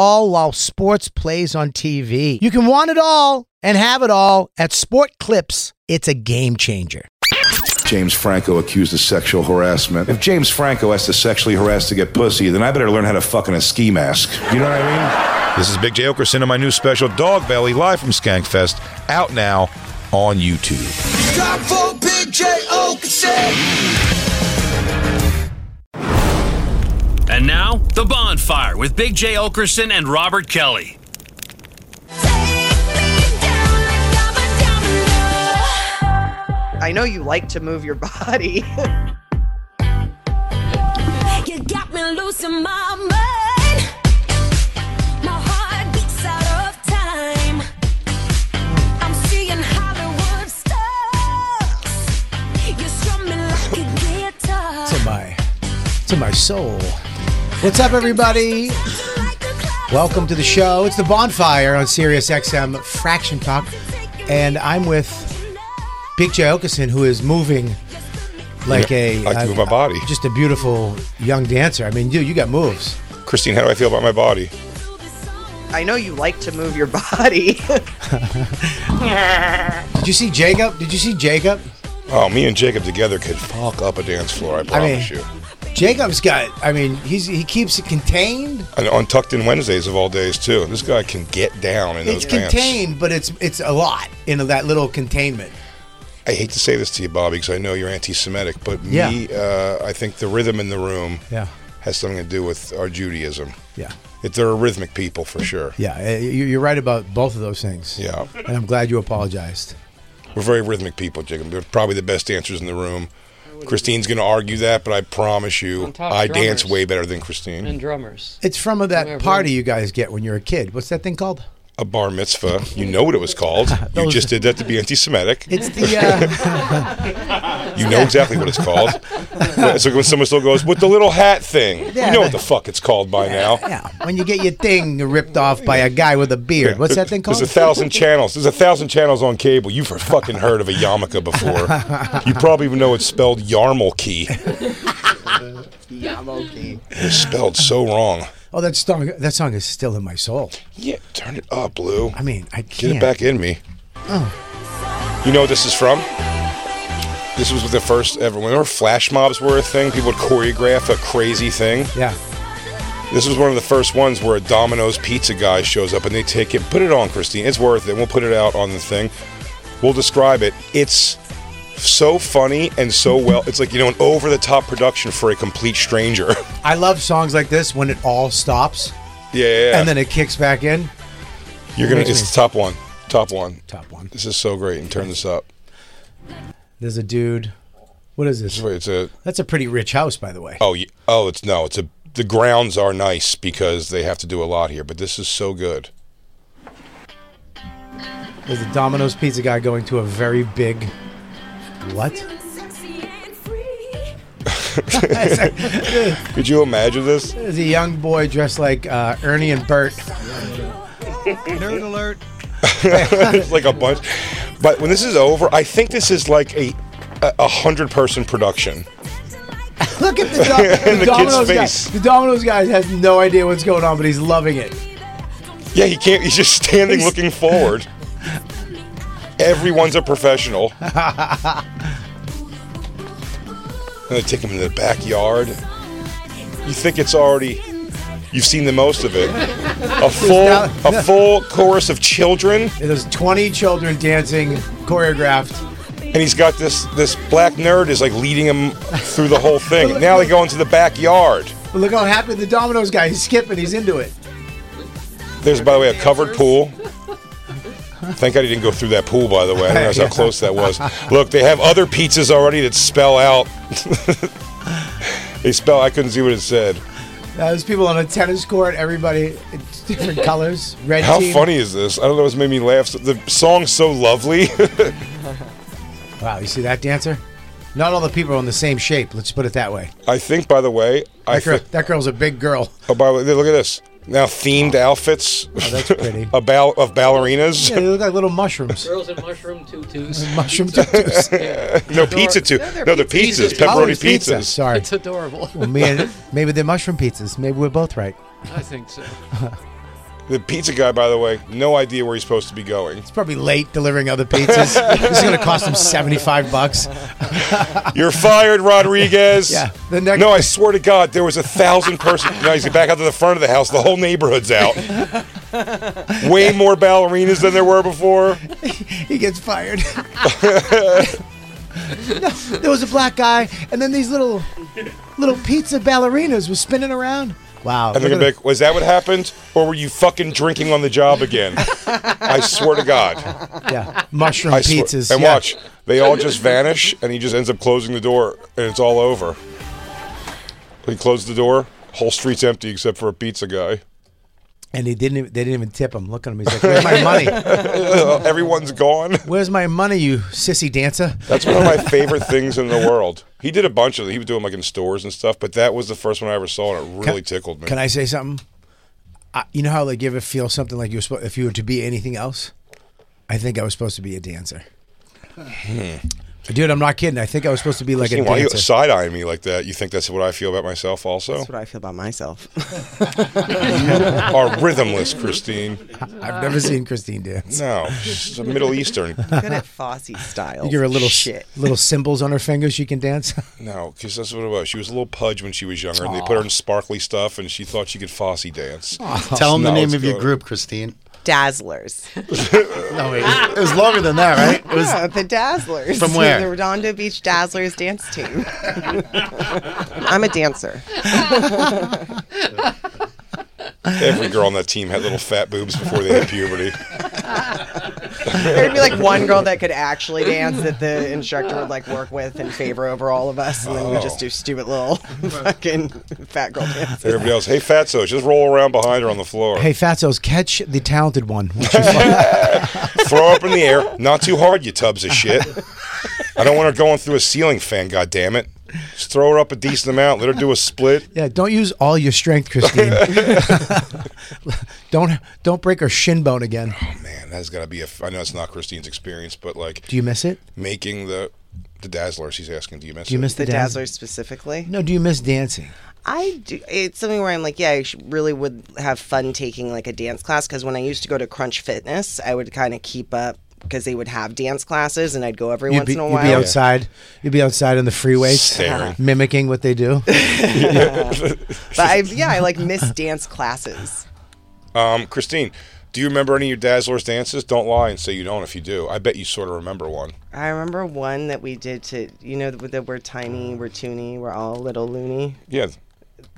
all while sports plays on TV. You can want it all and have it all at Sport Clips. It's a game changer. James Franco accused of sexual harassment. If James Franco has to sexually harass to get pussy, then I better learn how to fuck in a ski mask. You know what I mean? This is Big J. Okerson and my new special, Dog Belly, live from Skankfest, out now on YouTube. Drop for Big J Okerson. And now, The Bonfire with Big J. Okerson and Robert Kelly. I know you like to move your body. You got me losing my mind. My heart beats out of time. I'm seeing Hollywood stars. You strum me like a guitar. To my, to my soul. What's up, everybody? Welcome to the show. It's the Bonfire on Sirius XM Fraction Talk, and I'm with Big J Okeson, who is moving like a I like to move my body. Just a beautiful young dancer. I mean, dude, you got moves. Christine, how do I feel about my body? I know you like to move your body. Did you see Jacob? Did you see Jacob? Oh, me and Jacob together could fuck up a dance floor, I promise mean- you. Jacob's got. I mean, he's he keeps it contained. And on Tucked In Wednesdays of all days, too. This guy can get down in those it's pants. contained, but it's it's a lot in that little containment. I hate to say this to you, Bobby, because I know you're anti-Semitic, but me, uh, I think the rhythm in the room Yeah. has something to do with our Judaism. Yeah, It, they're a rhythmic people for sure. yeah. eh, you- You're right about both of those things. Yeah. and I'm glad you apologized. We're very rhythmic people, Jacob. They're probably the best dancers in the room. Christine's going to argue that, but I promise you, On top, I dance drummers. way better than Christine. and drummers. It's from of that Whatever. party you guys get when you're a kid. What's that thing called? a bar mitzvah. You know what it was called. You Those- just did that to be anti-Semitic. It's the uh, You know exactly what it's called. It's like when someone still goes with the little hat thing. Yeah. You know what the fuck it's called by now. yeah, when you get your thing ripped off by a guy with a beard. What's that thing called? There's a thousand channels. There's a thousand channels on cable. You've fucking heard of a yarmulke before. You probably even know it's spelled yarmulke. Yamoki. It's spelled so wrong. oh, that song. That song is still in my soul. Yeah, turn it up, Lou. I mean, I Get can't. Oh. it back in me. You know what this is from? This was the first ever. Whenever flash mobs were a thing, people would choreograph a crazy thing. Yeah. This was one of the first ones where a Domino's pizza guy shows up and they take it, put it on, Christine. It's worth it. We'll put it out on the thing. We'll describe it. It's so funny and so well. It's like, you know, an over the top production for a complete stranger. I love songs like this when it all stops yeah, yeah, yeah. and then it kicks back in. You're going to, Makes it's me- the top one. Top one. Top one. This is so great. And turn this up. There's a dude. What is this? Wait, It's a, That's a pretty rich house, by the way. oh, y- oh, it's no, it's a, the grounds are nice because they have to do a lot here, but this is so good. There's a Domino's pizza guy going to a very big. What? It's like- Could you imagine this? There's a young boy dressed like uh, Ernie and Bert. Nerd alert. It's like a bunch. But when this is over, I think this is like a a- a hundred person production. Look at the, dom- In the kid's Domino's guy. face. The Domino's guy has no idea what's going on, but he's loving it. Yeah, he can't. He's just standing, looking forward. Everyone's a professional. and they take him into the backyard. You think it's already You've seen the most of it. A full, a full chorus of children, There's 20 children dancing, choreographed. and he's got this this black nerd is like leading him through the whole thing. Now they go into the backyard. But look how happy the Domino's guy. He's skipping. He's into it. There's, by the way, a covered pool. Thank God he didn't go through that pool, by the way. I didn't realize how close that was. Look, they have other pizzas already that spell out. they spell, I couldn't see what it said. Uh, there's people on a tennis court. Everybody, it's different colors. Red How team. funny is this? I don't know, it's made me laugh. So- The song's so lovely. Wow, you see that dancer? Not all the people are on the same shape. Let's put it that way. I think, by the way, I That, girl, think, that girl's a big girl. Oh, oh, by the way, look at this. Now themed outfits that's pretty. of, ball- of ballerinas. Yeah, they look like little mushrooms. Girls in mushroom tutus. Mushroom tutus. No pizza too. they're No, they're pizzas. pizzas, Oh, pepperoni it's pizza. pizzas. Sorry. It's adorable. Well, me and, maybe they're mushroom pizzas. Maybe we're both right. I think so. The pizza guy, by the way, no idea where he's supposed to be going. It's probably late delivering other pizzas. this is going to cost them 75 bucks. You're fired, Rodriguez. Yeah, the next- No, I swear to God, there was a thousand person. now he's back out to the front of the house. The whole neighborhood's out. Way more ballerinas than there were before. He gets fired. No, there was a black guy, and then these little little pizza ballerinas were spinning around. Wow. And look they're at gonna be like, was that what happened? Or were you fucking drinking on the job again? I swear to God. the- yeah, mushroom I swear. pizzas. and yeah. watch, they all just vanish, and he just ends up closing the door, and it's all over. He closed the door, whole street's empty except for a pizza guy. And he didn't. Even, they didn't even tip him. Look at him. He's like, "Where's my money? Uh, everyone's gone. Where's my money, you sissy dancer?" That's one of my favorite things in the world. He did a bunch of them. He was doing like in stores and stuff, but that was the first one I ever saw, and it really tickled me. Can I say something? I, you know how like you ever feel something like you're supposed if you were to be anything else. I think I was supposed to be a dancer. Hmm. Dude, I'm not kidding. I think I was supposed to be like a See, why you dancer. side eyeing me like that? You think that's what I feel about myself? Also, That's what I feel about myself. are rhythmless, Christine. I've never seen Christine dance. No, she's a Middle Eastern. Good at Fosse style. You give her a little shit. little symbols on her fingers. She can dance. No, because that's what it was. She was a little pudge when she was younger, and they put her in sparkly stuff, and she thought she could Fosse dance. Tell him the No, name it's of your good. group, Christine. Dazzlers. No, wait. It was, it was longer than that, right? It was Yeah, the Dazzlers. From where? The Redondo Beach Dazzlers dance team. I'm a dancer. Every girl on that team had little fat boobs before they hit puberty. There'd be like one girl that could actually dance that the instructor would like work with and favor over all of us, and then we Oh. just do stupid little fucking fat girl dances. Everybody else, hey, fatso, just roll around behind her on the floor. hey, Fatso's, catch the talented one. Throw up in the air. Not too hard, you tubs of shit. I don't want her going through a ceiling fan, God damn it. Just throw her up a decent amount. Let her do a split. yeah, don't use all your strength, Christine. don't don't break her shin bone again. Oh, Man, that's got to be a. I know it's not Christine's experience, but like Do you miss it? making the the dazzler. She's asking, do you miss Do you it? miss The the, dance? Dazzlers specifically. No, do you miss dancing? I do. It's something where I'm like, yeah, I sh- really would have fun taking like a dance class because when I used to go to Crunch Fitness, I would kind of keep up because they would have dance classes, and I'd go every You'd once be, in a you'd while. be outside. You'd be outside on the freeways, Staring. mimicking what they do. But I, yeah, I like miss dance classes. Um, Christine, do you remember any of your dazzler's dances? Don't lie and say you don't if you do. I bet you sort of remember one. I remember one that we did to you know that that we're tiny, we're toony, we're all a little loony. Yeah.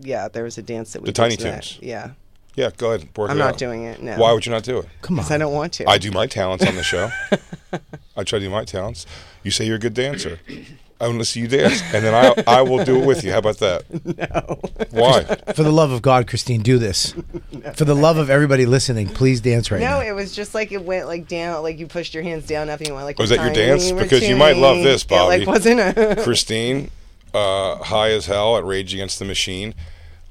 Yeah, there was a dance that we The did Tiny to that. Toons. Yeah, Yeah, go ahead. Work I'm it not out. doing it. No, Why would you not do it? Come on. Because I don't want to. I do my talents on the show. I try to do my talents. You say you're a good dancer. I want to see you dance, and then I I will do it with you. How about that? No. Why? For the love of God, Christine, do this. For the love of everybody listening, please dance right no, now. it was just like it went like down, like you pushed your hands down up and you went like. Was we're that your tiny, dance? we're Because you might love toony. this, It Bobby. like wasn't a. Christine, uh, high as hell at Rage Against the Machine,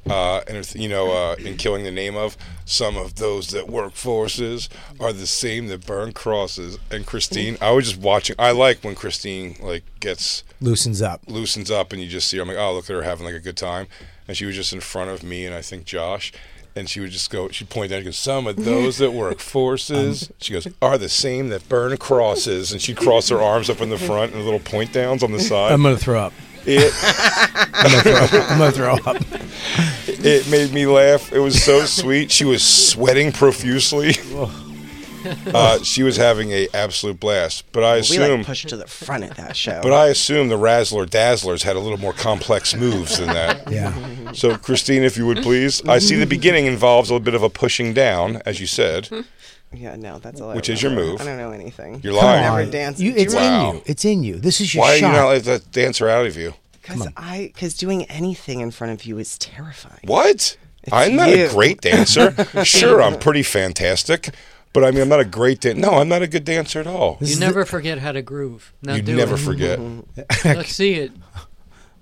uh, and it's, you know, uh, in killing the name of some of those that work forces are the same that burn crosses. And Christine, I was just watching. I like when Christine like gets Loosens up. loosens up, and you just see her. I'm like, oh, look at her having like a good time. And she was just in front of me, and I think Josh. And she would just go. She pointed out, goes, "Some of those that work Um, forces." she goes, "Are the same that burn crosses." And she'd cross her arms up in the front and little point downs on the side. I'm gonna throw up. It I'm gonna throw up. I'm gonna throw up. It made me laugh. It was so sweet. She was sweating profusely. Uh, she was having a absolute blast. But I we assume like pushed to the front at that show. But I assume the Razzler Dazzlers had a little more complex moves than that. Yeah. So, Christine, if you would please, I see the beginning involves a little bit of a pushing down, as you said. yeah, no, that's all. I Which is your remember. move. uh, I don't know anything. You're lying. I never danced. You, it's Wow. in you. It's in you. This is your Why are you shot. not let that dancer out of you? Because I because doing anything in front of you is terrifying. What? I'm not you. a great dancer. sure, I'm pretty fantastic, but I mean, I'm not a great dancer. No, I'm not a good dancer at all. You never forget how to groove. Now Oh. You do never it. forget. Let's see it.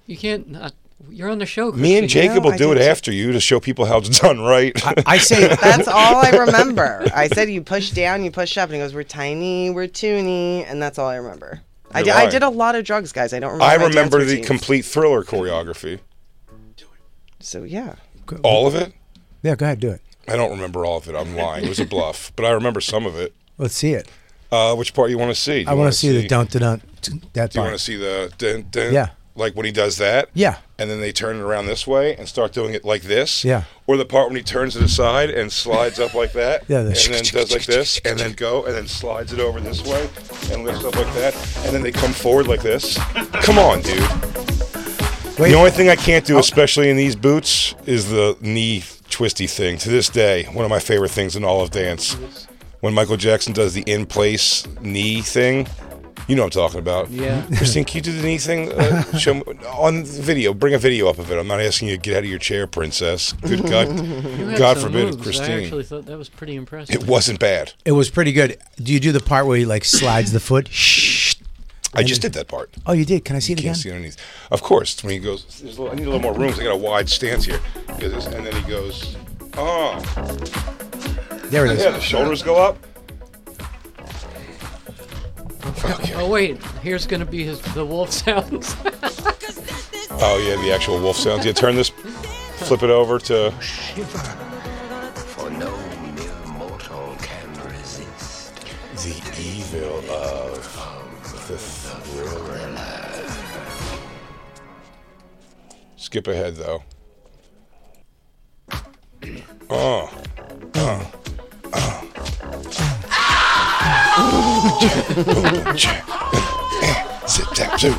You can't not. You're on the show. Me and Christine. Jacob will do it after you to show people how it's done right. I say That's all I remember. I said you push down, you push up, and he goes, "We're tiny, we're toony," and that's all I remember. I You're did, I lying. did a lot of drugs, guys. I don't remember. I my dance remember the routines. complete thriller choreography. So yeah, All of it? Yeah, go ahead, do it. I don't remember all of it. I'm lying. It was a bluff, but I remember some of it. Let's see it. Uh, which part you want to see? Do I you want wanna to see, the dun dun dun. That Do you part. want to see the dun, dun, Yeah. Like when he does that. Yeah. And then they turn it around this way and start doing it like this. Yeah. Or the part when he turns to the side and slides up like that. Yeah, the- And then does like this and then go and then slides it over this way and lifts up like that and then they come forward like this. Come on, dude. Wait. The only thing I can't do, especially in these boots, is the knee twisty thing. To this day, one of my favorite things in all of dance. When Michael Jackson does the in place knee thing, you know what I'm talking about. Yeah. Christine, can you do the knee thing? Uh, show me, on video, bring a video up of it. I'm not asking you to get out of your chair, princess. Good God, You had God some forbid, moves. I Christine. actually thought that was pretty impressive. It wasn't bad. It was pretty good. Do you do the part where he like slides the foot? Shh. I just did that part. Oh, you did. Can I see it again? Can't see underneath. Of course, when he goes, there's a little, I need a little more room. 'cause I got a wide stance here. He goes this, And then he goes, oh. There it is. Yeah, the shoulders go up. Oh wait, here's gonna be his the wolf sounds. Oh yeah, the actual wolf sounds. Yeah, turn this, flip it over to. For no mere mortal can resist. The evil of the thriller. Skip ahead though. Oh. Oh. Oh. Zip tap zoo.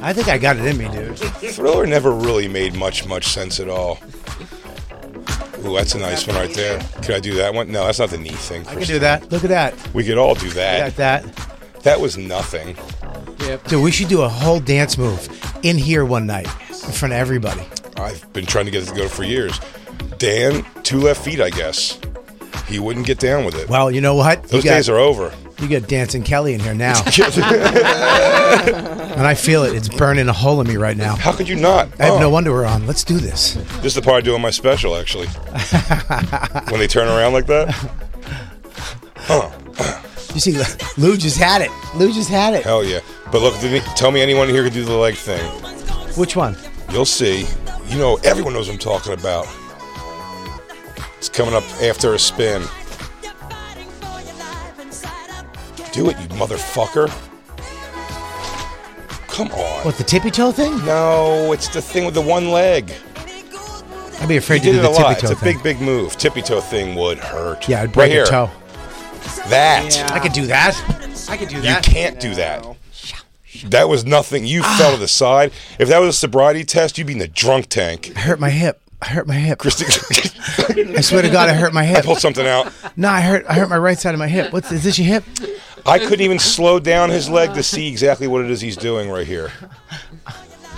I think I got it in me, dude. Thriller never really made much much sense at all. Ooh, that's a nice one right there. Could I do that one? No, that's not the knee thing. I can do that. Look at that. We could all do Look at that. that. That was nothing. yep. Dude, we should do a whole dance move in here one night in front of everybody. I've been trying to get it to go for years. Dan, two left feet, I guess. He wouldn't get down with it. Well, you know what? Those you got, days are over. You got dancing Kelly in here now, and I feel it. It's burning a hole in me right now. How could you not? I have Oh, no wonder we're on. Let's do this. This is the part I do on my special, actually. when they turn around like that. Huh. You see, Lou just had it. Lou just had it. Hell yeah. But look, the- tell me anyone here could do the leg thing. Which one? You'll see. You know, everyone knows what I'm talking about. It's coming up after a spin. Do it, you motherfucker. Come on. What the tippy toe thing? No, Oh, it's the thing with the one leg. I'd be afraid He did to it do a the tippy toe lot. It's a thing. big, big move. Tippy toe thing would hurt. yeah, I'd break right your here. toe. That. I could do that. I could do that. You can't do that. That was nothing. You Ah. fell to the side. If that was a sobriety test, you'd be in the drunk tank. I hurt my hip. I hurt my hip. Christy, I swear to God, I hurt my I hip. pulled something out. No, I hurt. I hurt my right side of my hip. What's is this? Your hip? I couldn't even slow down his leg to see exactly what it is he's doing right here.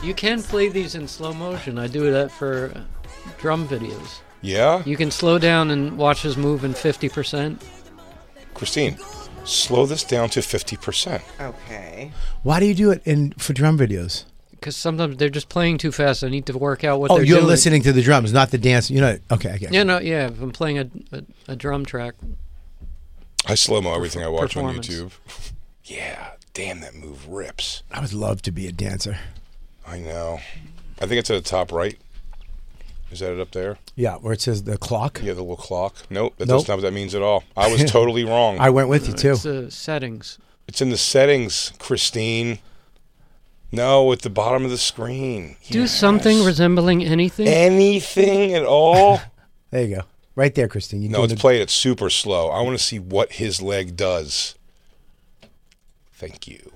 You can play these in slow motion. I do that for uh, drum videos. Yeah? You can slow down and watch his move in 50%. Christine, slow this down to 50%. okay. Why do you do it in for drum videos? Because sometimes they're just playing too fast. I need to work out what oh, they're you're doing. listening to the drums, not the dance. You know. Okay, I get it. Yeah, no, yeah. If I'm playing a, a, a drum track, I slow mo everything I watch on Performance. YouTube. Yeah, damn, that move rips. I would love to be a dancer. I know. I think it's at the top right. Is that it up there? Yeah, where it says the clock. Yeah, the little clock. Nope, that's Nope. not what that means at all. I was totally wrong. Oh. I went with you too. it's the settings. it's in the settings, Christine. No, at the bottom of the screen. Do something resembling anything. Anything at all? there you go. Right there, Christine. You no, it's played it super slow. I want to see what his leg does. Thank you.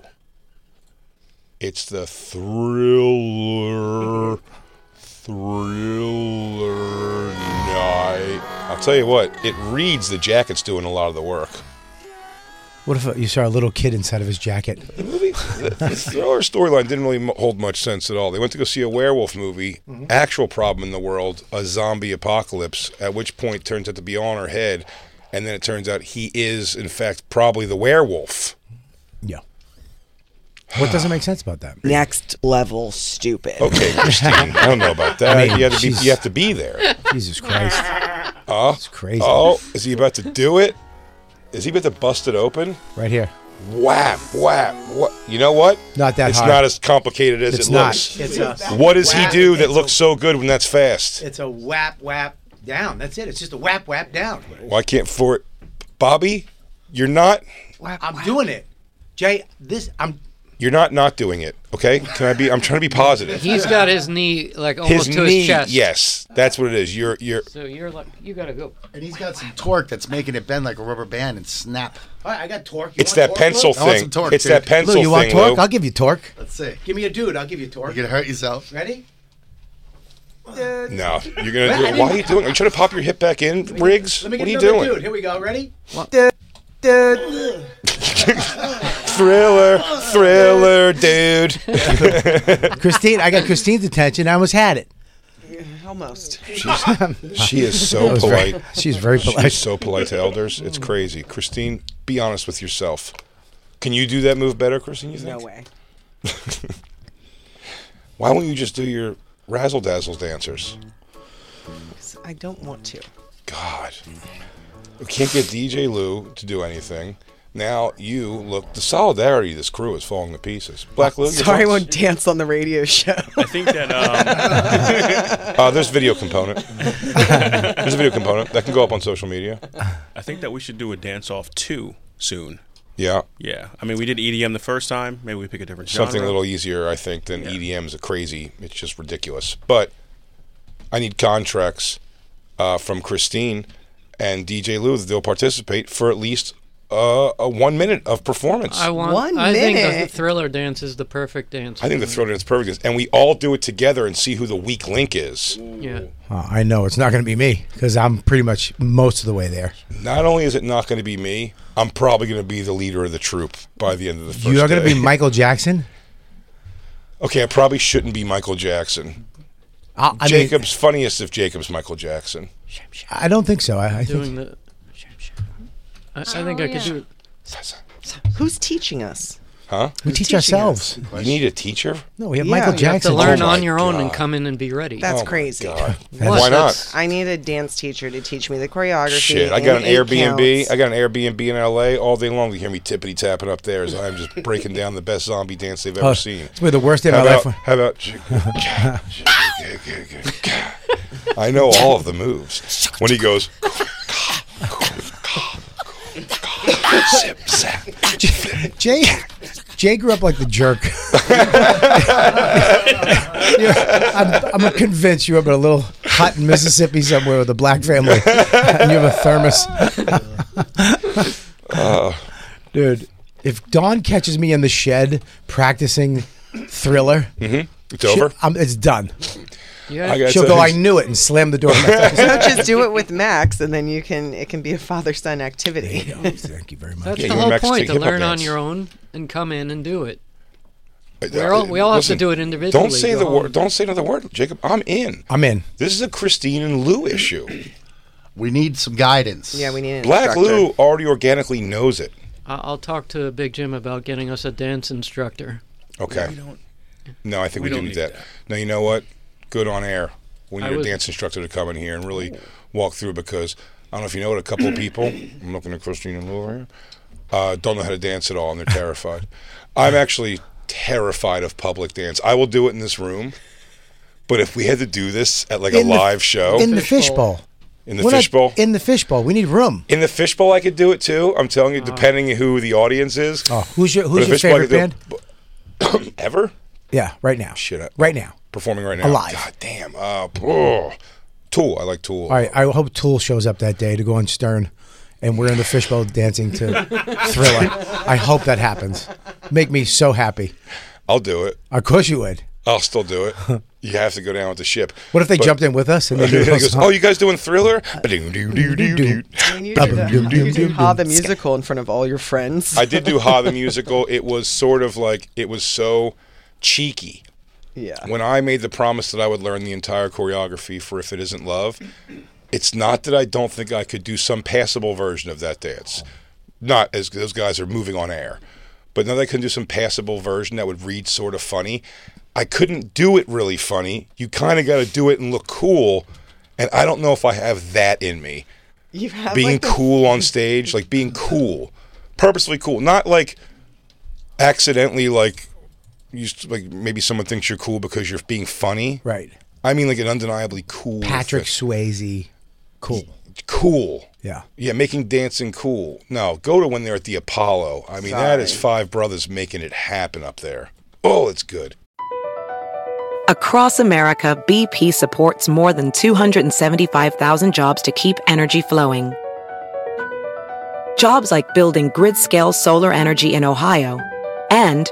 It's the thriller, thriller night. I'll tell you what, it reads the jacket's doing a lot of the work. What if uh, you saw a little kid inside of his jacket? The movie, the, the thriller storyline didn't really hold much sense at all. They went to go see a werewolf movie, mm-hmm. actual problem in the world, a zombie apocalypse, at which point turns out to be on her head, and then it turns out he is, in fact, probably the werewolf. Yeah. What doesn't make sense about that? Next level stupid. Okay, Christine, um, I don't know about that. I mean, you, have to be, you have to be there. Jesus Christ. Oh, uh, it's crazy. Oh, is he about to do it? Is he about to bust it open? Right here. Whap, whap, what? You know what? Not that It's hard. not as complicated as it's it not. looks. It's us. What does he Whap, do that it's looks so good when that's fast? It's a whap whap down. That's it. It's just a whap whap down. Why can't for it? Bobby, you're not. I'm doing it. Jay, this I'm You're not not doing it. Okay? Can I be? I'm trying to be positive. He's got his knee like almost his to knee. his chest. Yes, that's what it is. You're you're. So you're like you gotta go. And he's got some torque that's making it bend like a rubber band and snap. all right, I got torque. You It's want that torque, pencil Lou? I want thing. some torque, It's dude. that pencil Lou, you want thing. torque? Lou. I'll give you torque. Let's see. Give me a dude, I'll give you torque. You're gonna hurt yourself. Ready? No, you're gonna do I it. Why are didn't- you doing? Are you trying to pop your hip back in, Riggs? Let me What get are you another doing? dude. Here we go. Ready? Thriller, thriller, dude. Christine, I got Christine's attention. I almost had it. Almost. She is That so was very- polite. she's very polite. She's so polite to elders. It's crazy. Christine, be honest with yourself. Can you do that move better, Christine? You No think? way. Why won't you just do your razzle dazzle dancers? I don't want to. God, we can't get DJ Lou to do anything. Now you look. The solidarity of this crew is falling to pieces. Black Lou, your Sorry, I thoughts? won't dance on the radio show. I think that um, Uh, there's video component. there's a video component that can go up on social media. I think that we should do a dance off two soon. Yeah, Yeah, I mean we did EDM the first time. Maybe we pick a different something a genre. little easier, I think, than EDM is a crazy. It's just ridiculous. But I need contracts uh, from Christine and DJ Lou that they'll participate for at least uh, a one minute of performance. I want. One I think the minute. thriller dance is the perfect dance. I think the throw dance perfect, and we all do it together and see who the weak link is. Yeah. Oh, I know it's not going to be me because I'm pretty much most of the way there. Not only is it not going to be me, I'm probably going to be the leader of the troop by the end of the first. you are going to day. be Michael Jackson. Okay, I probably shouldn't be Michael Jackson. I, I mean, Jacob's funniest if Jacob's Michael Jackson. I don't think so. I, I Doing think the. I, I think I could do it. Oh, Who's teaching us? Huh? we teach ourselves. You need a teacher? No, we have Yeah, Michael you have To Jackson. learn Oh my on your own and God. come in and be ready. That's Oh my crazy. God. Plus, Why not? that's- I need a dance teacher to teach me the choreography. Shit, I and got an eight Airbnb. counts. I got an Airbnb in LA all day long. You hear me tippity tapping up there as I'm just breaking down the best zombie dance they've ever Oh, seen. It's where the worst day of How my about, life. how about I know all of the moves. When he goes zip, zap. went. Jay, Jay grew up like the jerk. You're- I'm, I'm convinced you up in a little hut in Mississippi somewhere with a black family, and you have a thermos. Uh. Dude, if Dawn catches me in the shed practicing Thriller, Mm-hmm. It's over. I'm, it's done. Yeah. got She'll to- go, I knew it, and slam the door. in my face. Just do it with Max, and then you can. It can be a father-son activity. Thank you very much. That's Yeah, the you and whole Max point take to hip-hop learn on dance. your own and come in and do it. Uh, We're all, we all have listen, to do it individually. Don't say Go the home. word. Don't say another word, Jacob. I'm in. I'm in. This is a Christine and Lou issue. We need some guidance. yeah, we need an Black instructor. Lou already organically knows it. I- I'll talk to Big Jim about getting us a dance instructor. Okay. no, I think we we, do don't need need that. that. Now you know what? Good on air. We I need a was- dance instructor to come in here and really walk through because I don't know if you know it. A couple of people. I'm looking at Christine and Lou over here. Uh, don't know how to dance at all, and they're terrified. I'm actually terrified of public dance. I will do it in this room, but if we had to do this at like In a the- live show in the fishbowl. in the We're not- fishbowl, In the fishbowl. We need room. In the fishbowl, I could do it too. I'm telling you, depending on who the audience is. Oh, who's your But Who's in your fishbowl, I favorite could do band? it. Ever? Yeah, right now. Shit, I- Right now. performing right now. Alive. God damn. Uh, oh. Tool. I like Tool. All right. I hope Tool shows up that day to go on Stern, and we're in the fishbowl dancing to Thriller. I hope that happens. Make me so happy. I'll do it. Of course you would. I'll still do it. You have to go down with the ship. What if they But- jumped in with us and they And he did a goes, song? "Oh, you guys doing Thriller?" Ba-doo-doo-doo-doo. You did a- you did Ha the musical in front of all your friends. I did do Ha the musical. It was sort of like it was so cheeky. Yeah. When I made the promise that I would learn the entire choreography for If It Isn't Love, it's not that I don't think I could do some passable version of that dance. Not as those guys are moving on air. But now that I couldn't do some passable version that would read sort of funny. I couldn't do it really funny. You kind of got to do it and look cool. And I don't know if I have that in me You have being like the- cool on stage, like being cool, purposefully cool, not like accidentally like you s- like maybe someone thinks you're cool because you're being funny. Right. I mean like an undeniably cool Patrick fi- Swayze. Cool. cool. Yeah. Yeah, making dancing cool. No, go to when they're at the Apollo. I mean, that is five brothers making it happen up there. Oh, it's good. Across America, BP supports more than 275,000 jobs to keep energy flowing. Jobs like building grid scale solar energy in Ohio and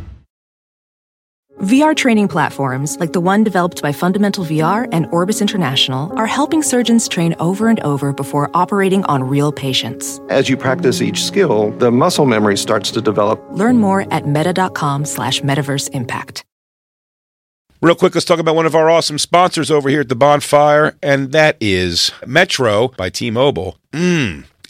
VR training platforms like the one developed by Fundamental VR and Orbis International are helping surgeons train over and over before operating on real patients. As you practice each skill, the muscle memory starts to develop. Learn more at meta.com slash metaverse impact. Real quick, let's talk about one of our awesome sponsors over here at the bonfire, and that is Metro by T Mobile. Mmm.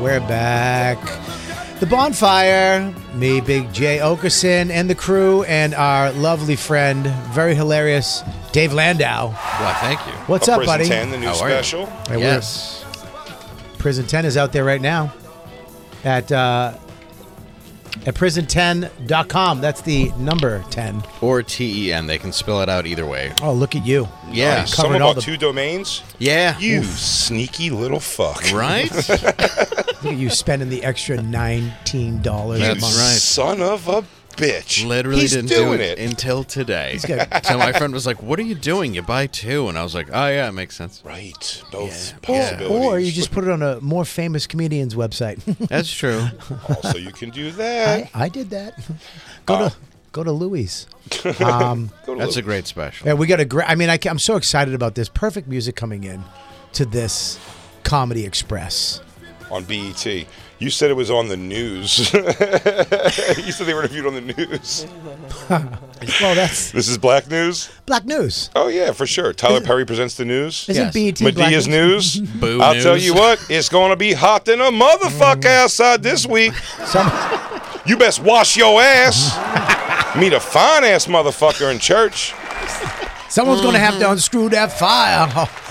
We're back. The bonfire. Me, Big Jay Okerson, and the crew, and our lovely friend, very hilarious Dave Landau. Well, thank you. What's up, buddy? How are you? Hey, we're- yes. Prison 10 is out there right now at uh, at prison10.com. That's the number 10. Or T E N. They can spell it out either way. Oh, look at you. Yeah. Nice. Someone Covered all bought the- two domains? Yeah. You Oof. sneaky little fuck. Right? Look at you spending the extra $19 a That's month. right. Son of a bitch. Literally He's didn't doing do it. it, until today. He's got- so my friend was like, "What are you doing? You buy two. and I was like, "Oh yeah, it makes sense." Right. Both Or, or you just put it on a more famous comedian's website. That's true. also, you can Uh, do that. I, I did that. Go to go to Louis. Um, Go to That's a Louis. great special. Yeah, we got a great. I mean, I, am so excited about this. Perfect music coming in to this Comedy Express. on BET. You said it was on the news. you said they were interviewed on the news. well, that's This is Black News. Black News. Oh yeah, for sure. Tyler Perry presents the news. Isn't Yes. BET E Black Medea's News? news? Boo I'll tell news. you what, it's gonna be hot than a motherfucker Mm. outside this week. you best wash your ass. Meet a fine ass motherfucker in church. Someone's going to have to unscrew that fire.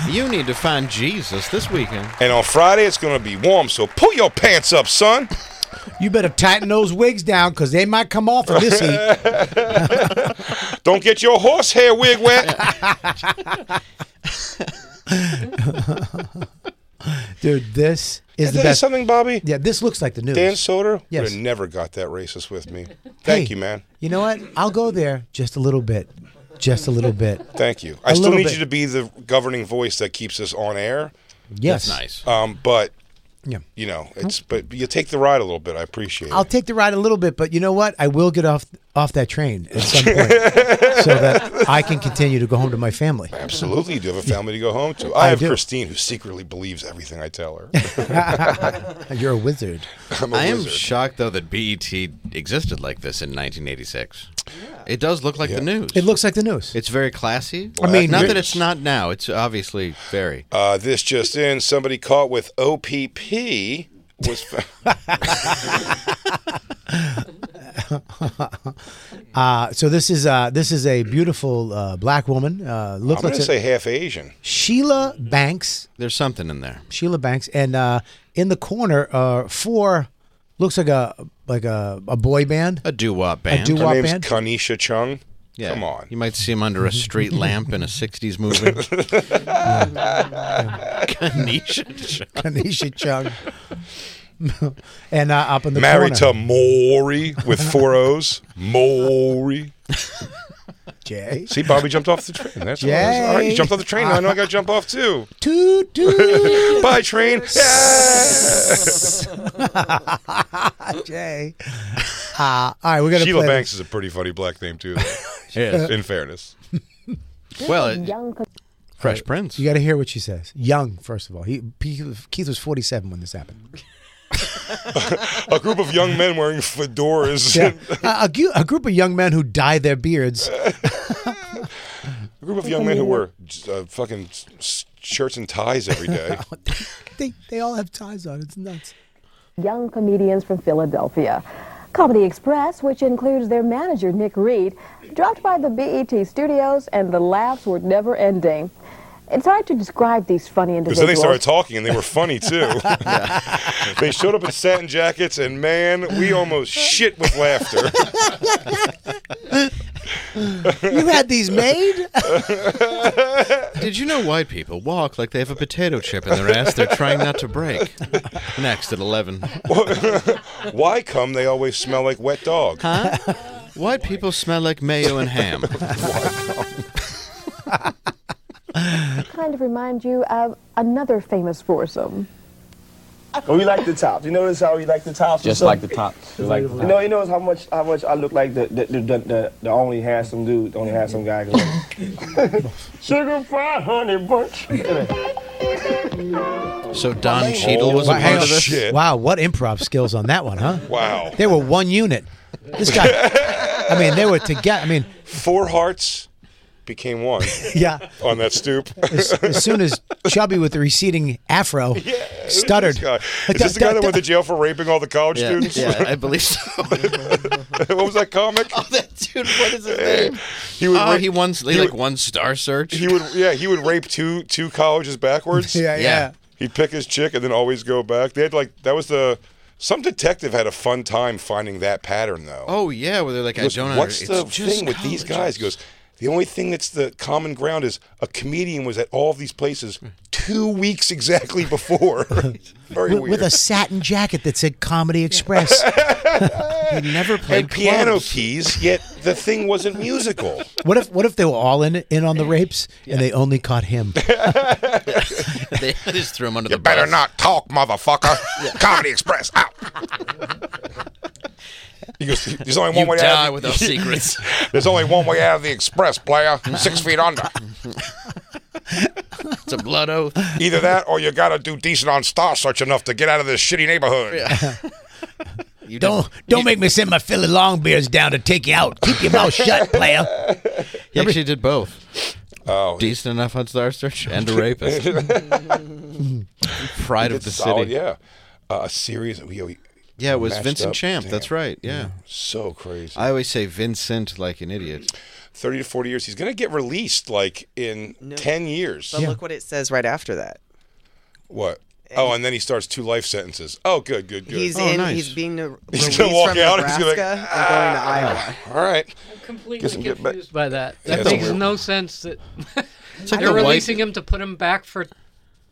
you need to find Jesus this weekend. And on Friday, it's going to be warm, so pull your pants up, son. You better tighten those wigs down because they might come off in this heat. Don't get your horsehair wig wet. Dude, this is Is the there best. something, Bobby? Yeah, this looks like the news. Dan Soder Yes. would have never got that racist with me. Thank Hey, you, man. You know what? I'll go there just a little bit. Just a little bit. Thank you. A I still little need bit. you to be the governing voice that keeps us on air. Yes. That's nice. Um, but Yeah. you know, it's but you take the ride a little bit. I appreciate I'll it. take the ride a little bit, but you know what? I will get off off that train at some point so that I can continue to go home to my family. Absolutely, you do have a family to go home to. I I have do. Christine, who secretly believes everything I tell her. You're a wizard. I'm a I am wizard. shocked though that BET existed like this in 1986. It does look like the news. It looks like the news. It's very classy. I mean, not you're- that it's not now. It's obviously very. Uh, this just in: somebody caught with OPP was. Uh, so this is uh, this is a beautiful uh, black woman. Uh, I'm looks going like to a- say half Asian. Sheila Banks. There's something in there. Sheila Banks, and uh, in the corner are four. Looks like a like a, a boy band. A doo wop A band. doo wop Her band. name's Kanisha Chung. Yeah. Come on. You might see him under a street lamp in a 60s movie. Kanisha. Kanisha Chung. and uh, up in the Married corner. to Maury with four O's. Maury. Jay. See, Bobby jumped off the train. That's what it is. All right, Yay. you jumped off the train. Now I know I got to jump off too. Toot, toot. Bye, train. Jay. Uh, all right, we're gonna Sheila play this. Banks is a pretty funny black name too. though. Yes. In fairness. Well, it, Fresh Prince. You got to hear what she says. Young, first of all. He, he Keith was 47 when this happened. A group of young men wearing fedoras. Yeah. a, a gu- a group of young men who dye their beards. A group of young men who wear uh, fucking s- s- shirts and ties every day. They, they all have ties on. It's nuts. young comedians from Philadelphia. Comedy Express, which includes their manager Nick Reed, dropped by the BET studios and the laughs were never ending. It's hard to describe these funny Because then individuals. they started talking and they were funny too. they showed up in satin jackets and man, we almost shit with laughter. You had these made? Did you know white people walk like they have a potato chip in their ass they're trying not to break? Next at 11. Why come they always smell like wet dog? Huh? White people smell like mayo and ham. kind of remind you of another famous foursome. But Oh, we like the tops. You notice how we like the tops. Just So- like the tops. Just like the You know, you knows how much how much I look like the the the, the, the, the only handsome dude, the only handsome guy. Sugar fry, honey bunch. So Don Cheadle was a Wow, hang part of on. this? Wow, what improv skills on that one, huh? Wow. They were one unit. This guy, I mean, they were together. I mean, Four hearts became one. Yeah. On that stoop. as, as soon as Chubby with the receding afro stuttered. This guy. Is this the guy that went to jail for raping all the college Yeah, students? yeah, I believe so. what was that comic? Oh, that dude, what is his name? He would oh, rape- he won, he he like would- one star search. He would yeah, he would rape two two colleges backwards. Yeah, yeah. Yeah. He'd pick his chick and then always go back. They had like that was the some detective had a fun time finding that pattern though. Oh, yeah, where they're like, He I goes, don't What's under- the it's just thing with these colleges." guys? He goes, the only thing that's the common ground is a comedian was at all of these places two weeks exactly before. Very with, weird. with a satin jacket that said Comedy Express. He never played and piano clubs. keys, yet the thing wasn't musical. what if what if they were all in in on the rapes and they only caught him? they just threw him under You the better bus. not talk, motherfucker. Comedy Express out. He goes, there's only one You way die out. of with the- no secrets. there's only one way out of the express, player. Six feet under. It's a blood oath. Either that, or you got to do decent on Star Search enough to get out of this shitty neighborhood. You Don't did- don't make me send my Philly Longbeards down to take you out. Keep your mouth shut, player. He actually did both. Oh, Decent enough on Star Search and a rapist. Mm-hmm. Pride of the solid, city. yeah. Uh, a series. We, we Yeah, it was matched Vincent up. Mm-hmm. Champ. Damn. That's right. Yeah. So crazy. I always say Vincent like an idiot. thirty to forty years. He's going to get released like in ten years. But look what it says right after that. What? Oh, and then he starts two life sentences. Oh, good, good, good. He's oh, in. He's being re- He's released gonna walk from out and he's Nebraska gonna be like, ah. and going to Iowa. All right. I'm completely Guess I'm getting back- confused by that. Yeah, That it's makes weird. no sense. That It's like they're the white- releasing him to put him back for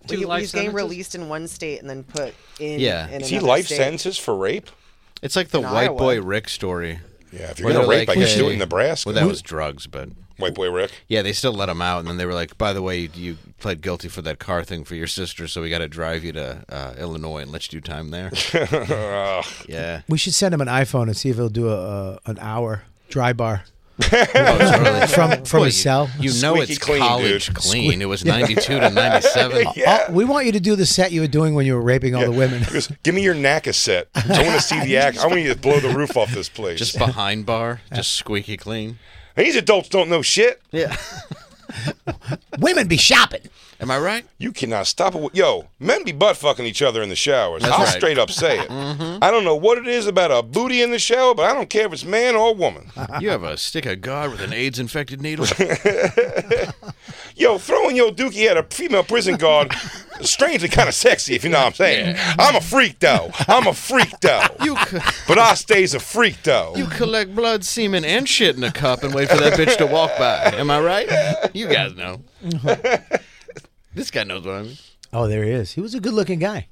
two He- life he's getting sentences? released in one state and then put in. Yeah. in Is he another life state. sentences for rape? It's like the In white Iowa. boy Rick story. Yeah, if you're Where gonna they're rape, I guess do it in Nebraska. Well, that Who- was drugs, but white boy Rick. Yeah, they still let him out, and then they were like, "By the way, you, you pled guilty for that car thing for your sister, so we got to drive you to uh, Illinois and let you do time there." Oh. yeah, We should send him an iPhone and see if he'll do a, a an hour dry bar from from Well, you- his cell. You, know it's college clean. It was ninety two to ninety seven. Oh, we want you to do the set you were doing when you were raping all the women. He goes, Give me your NACA set. I want to see the act. I want you to blow the roof off this place. Just behind bar, just squeaky clean. These adults don't know shit. Yeah. Women be shopping. Am I right? You cannot stop it. Yo, men be butt fucking each other in the showers. Oh, That's I'll right. Mm-hmm. straight up say it. I don't know what it is about a booty in the shower, but I don't care if it's man or woman. You have a stick of God with an AIDS infected needle. Yo, throwing your dookie at a female prison guard, strangely kind of sexy, if you know what I'm saying. I'm a freak though. I'm a freak though. You could. But I stays a freak though. You collect blood, semen, and shit in a cup and wait for that bitch to walk by. Am I right? You guys know. this guy knows what I mean. Oh, there he is. He was a good-looking guy.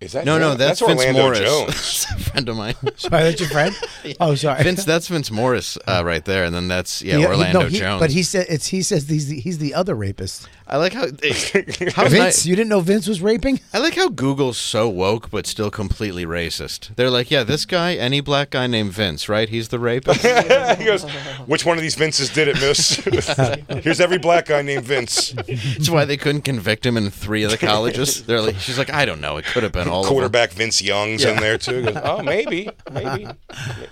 Is that No, him? no, that's, Vince Orlando Morris. Jones. It's a friend of mine. Sorry, that's your friend. Oh, sorry, Vince, that's Vince Morris uh, right there, and then that's yeah, He- he- Orlando no, he- Jones. But he said it's he says he's the, he's the other rapist. I like how how Vince. ni- you didn't know Vince was raping? I like how Google's so woke but still completely racist. They're like, yeah, this guy, any black guy named Vince, right? He's the rapist. he goes, which one of these Vinces did it, miss? Here's every black guy named Vince. That's why they couldn't convict him in three of the colleges. They're like, she's like, I don't know, it could have been all of them." Quarterback Vince Young's in Yeah. there too. Goes, oh, maybe, maybe.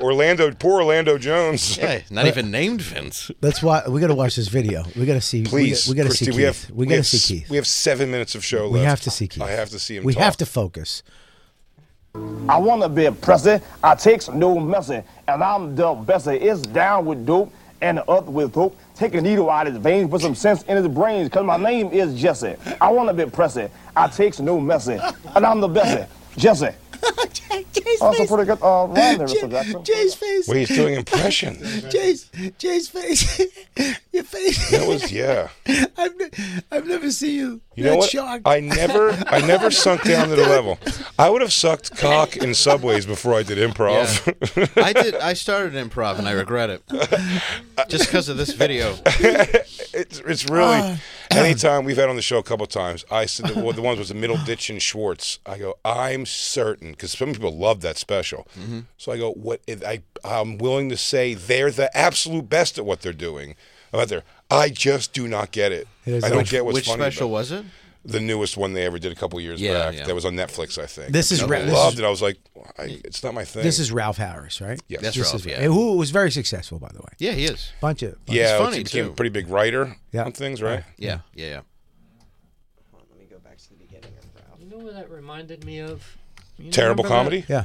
Orlando, poor Orlando Jones. Yeah, not even named Vince. That's why we got to watch this video. We got to see. we- Please, we, got to see Christy, Keith. we have we got to have see s- Keith. We have seven minutes of show left. We have to see Keith. I have to see him. We talk. have to focus. I wanna be a president. I takes no mercy, and I'm the best. It's down with dope and up with hope. Take a needle out of his veins, put some sense in his brains, cause my name is Jesse. I wanna be president. I takes no mercy, and I'm the best. Jesse. Also pretty good uh, rhyme there, Mr. Jackson. Jay's face. Well, he's doing impressions. Jay's Jay's face. Your face. That was yeah. I've, ne- I've never seen you. You know that what? shocked. I never, I never sunk down to the level. I would have sucked cock in subways before I did improv. I did. I started improv and I regret it, just because of this video. it's it's really Uh, anytime we've had on the show a couple times. I said the, well, the ones was the middle ditch and Schwartz. I go, I'm certain because some people love that special. So I go, what if I I'm willing to say they're the absolute best at what they're doing. I'm out there. I just do not get it. It is I don't which- get what's Which funny special about it. was it? The newest one they ever did a couple years Yeah, back yeah. that was on Netflix, I think. This is I ra- this loved is- it. I was like, I, it's not my thing. This is Ralph Harris, right? Yes. That's This Ralph, is- yeah. Who was very successful, by the way. Yeah, he is. Bunch of bunch yeah, It's it's funny, he became a too. pretty big writer Yeah. on things, right? Yeah, yeah, yeah. You know what that reminded me of? You Terrible remember that- comedy. Yeah.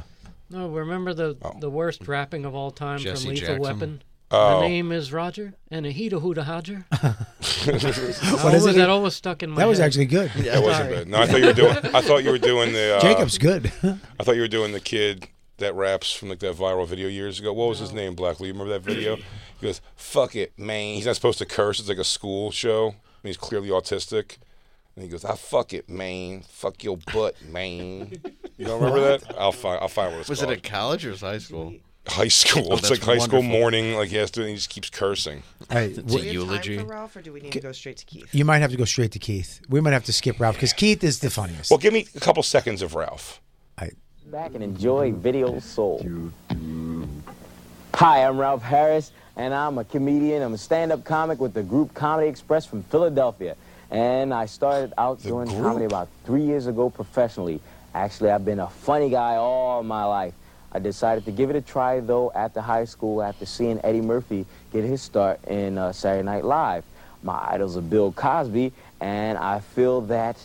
No, remember the the worst rapping of all time Jesse from Lethal Jackson. Weapon? Oh. The name is Roger, and a heat a hoot a hodger. What Always- is it? That always stuck in my That was head. actually good. That wasn't bad. No, I thought you were doing. I thought you were doing the uh, Jacob's good. I thought you were doing the kid that raps from like that viral video years ago. What was his name, Black Lee? Remember that video? He goes, "Fuck it, man." He's not supposed to curse. It's like a school show, and he's clearly autistic. And he goes, "I fuck it, man. Fuck your butt, man." You don't remember that? I'll find. I'll find what it's Was it called. at college or was it high school? high school? Oh, it's that's like high school wonderful. morning. Like he has to. And he just keeps cursing. Hey, It's a wh- eulogy. Time for Ralph, or do we need to go straight to Keith? you might have to go straight to Keith. We might have to skip Ralph because Keith is the funniest. Well, give me a couple seconds of Ralph. back and enjoy video soul. Hi, I'm Ralph Harris, and I'm a comedian. I'm a stand-up comic with the group Comedy Express from Philadelphia. And I started out doing comedy about three years ago professionally. Actually, I've been a funny guy all my life. I decided to give it a try, though, after high school, after seeing Eddie Murphy get his start in uh, Saturday Night Live. My idols are Bill Cosby, and I feel that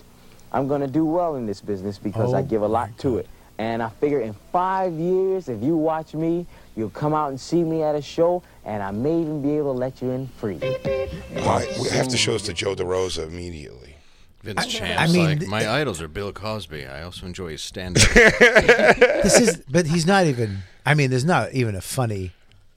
I'm going to do well in this business because I Oh, give a lot to it. And I figure in five years, if you watch me, you'll come out and see me at a show, and I may even be able to let you in free. Why? We have to show this to Joe DeRosa immediately. Vince I- Champs, I mean, like, th- my idols are Bill Cosby. I also enjoy his stand-up. this is, but he's not even. I mean, there's not even a funny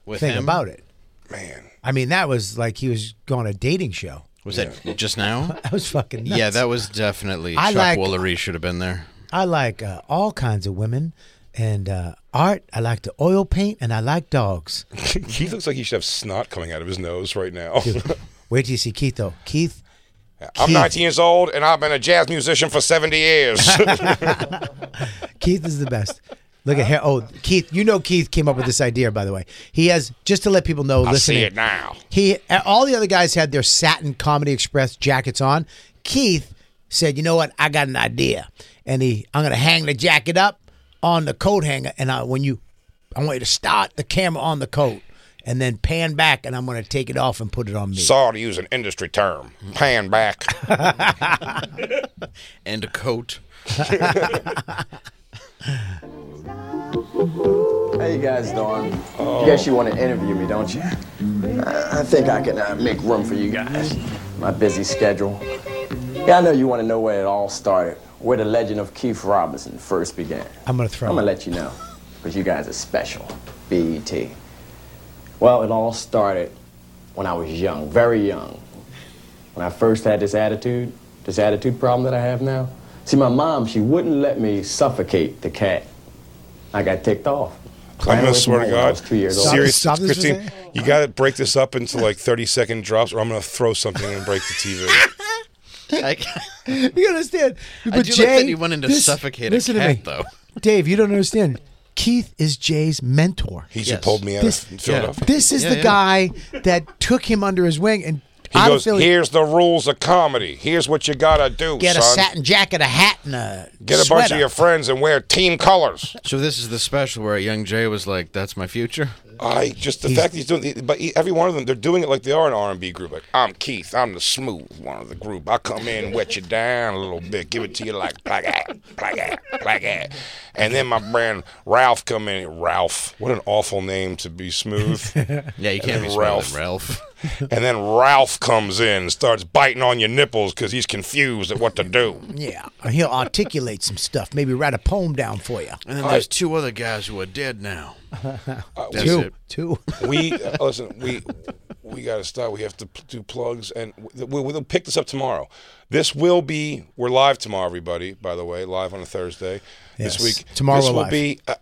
With thing him? about it. Man, I mean, that was like he was going on a dating show. Was that just now? That was fucking. Nuts. Yeah, that was definitely I Chuck like- Woolery should have been there. I like uh, all kinds of women and uh, art. I like to oil paint, and I like dogs. he looks like he should have snot coming out of his nose right now. Wait till you see Keith though. Keith. I'm Keith. 19 years old and I've been a jazz musician for 70 years. Keith is the best. Look at hair. Oh, Keith. You know Keith came up with this idea, by the way. He has just to let people Oh, know. I listening, see it now. He all the other guys had their satin Comedy Express jackets on. Keith said, "You know what? I got an idea, and he I'm gonna hang the jacket up on the coat hanger, and I, when you, I want you to start the camera on the coat, and then pan back, and I'm gonna take it off and put it on me. Sorry to use an industry term. Pan back. and a coat. How you guys doing? Oh. You guess you want to interview me, don't you? I, I think I can uh, make room for you guys. My busy schedule. Yeah, I know you want to know where it all started, where the legend of Keith Robinson first began. I'm gonna throw. I'm gonna let you know, because you guys are special. BET. Well, it all started when I was young, very young. When I first had this attitude, this attitude problem that I have now. See, my mom, she wouldn't let me suffocate the cat. I got ticked off. I'm Ran gonna away from swear to home when I God, was two years old. serious, Christine, you got to break this up into like 30 second drops, or I'm gonna throw something and break the TV. I, you understand? I But do Jay, like that he went in to this- suffocate a listen to cat, me. though. Dave, you don't understand. Keith is Jay's mentor. He should Yes. pulled me out of this, Philadelphia. This is Yeah, the yeah. guy that took him under his wing and He out goes, of Philly. "Here's the rules of comedy. Here's what you gotta do, get a Oh, son. satin jacket, a hat, and a Get a bunch of sweater." your friends and wear team colors." So this is the special where young Jay was like, "That's my future." I just the fact that he's doing, but he- every one of them, they're doing it like they are an R&B group. Like I'm Keith, I'm the smooth one of the group. I come in, wet you down a little bit, give it to you like like that, like that, like that. And then my friend Ralph come in. Ralph, what an awful name to be smooth. Yeah, you And can't then be Ralph. Ralph. and then Ralph comes in and starts biting on your nipples because he's confused at what to do. Yeah, and he'll articulate some stuff. Maybe write a poem down for you. And then there's two other guys who are dead now. That's two, it. two. we uh, listen. We we got to stop. We have to p- do plugs, and we, we, we'll pick this up tomorrow. This will be we're live tomorrow, everybody. By the way, live on a Thursday Yes. this week. Tomorrow this we're will live. be. Uh,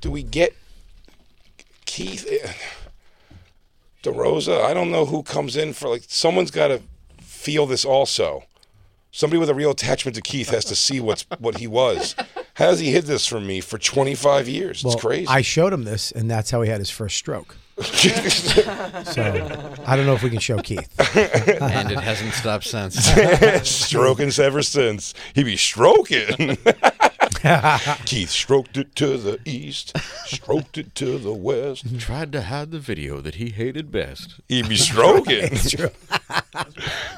do we get Keith uh, DeRosa? I don't know who comes in for like someone's got to feel this also. Somebody with a real attachment to Keith has to see what's what he was. How has he hid this from me for 25 years? It's Well, crazy. I showed him this, and that's how he had his first stroke. So I don't know if we can show Keith. and it hasn't stopped since. Stroking ever since. He be stroking. Keith stroked it to the east, stroked it to the west. Tried to hide the video that he hated best. He be stroking. It's true.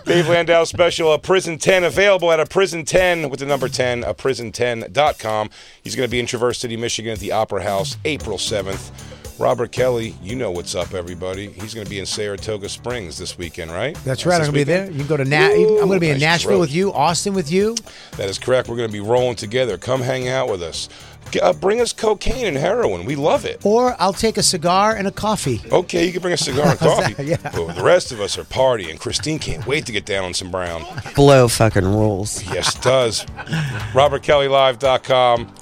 Dave Landau special, a prison 10 available at a prison 10 with the number 10, a prison10.com. He's going to be in Traverse City, Michigan at the Opera House April 7th. Robert Kelly, you know what's up, everybody. He's going to be in Saratoga Springs this weekend, right? That's right. I'm this gonna be weekend? there. You can go to Na- I'm gonna be in nice Nashville throat. with you, Austin with you. That is correct. We're going to be rolling together. Come hang out with us. G- Uh, bring us cocaine and heroin. We love it. Or I'll take a cigar and a coffee. Okay, you can bring a cigar and How's coffee. that? But the rest of us are partying. Christine can't wait to get down on some brown. Blow fucking rules. Yes, it does. RobertKellyLive.com.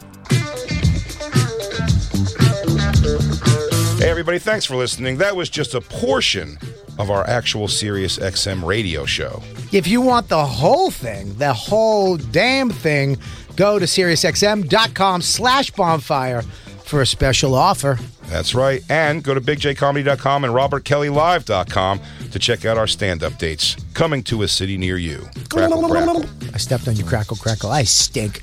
Hey, everybody, thanks for listening. That was just a portion of our actual Sirius XM radio show. If you want the whole thing, the whole damn thing, go to SiriusXM.com slash bonfire for a special offer. That's right. And go to bigjcomedy.com and robertkellylive.com to check out our stand up dates coming to a city near you. Crackle, crackle. I stepped on you, crackle, crackle. I stink.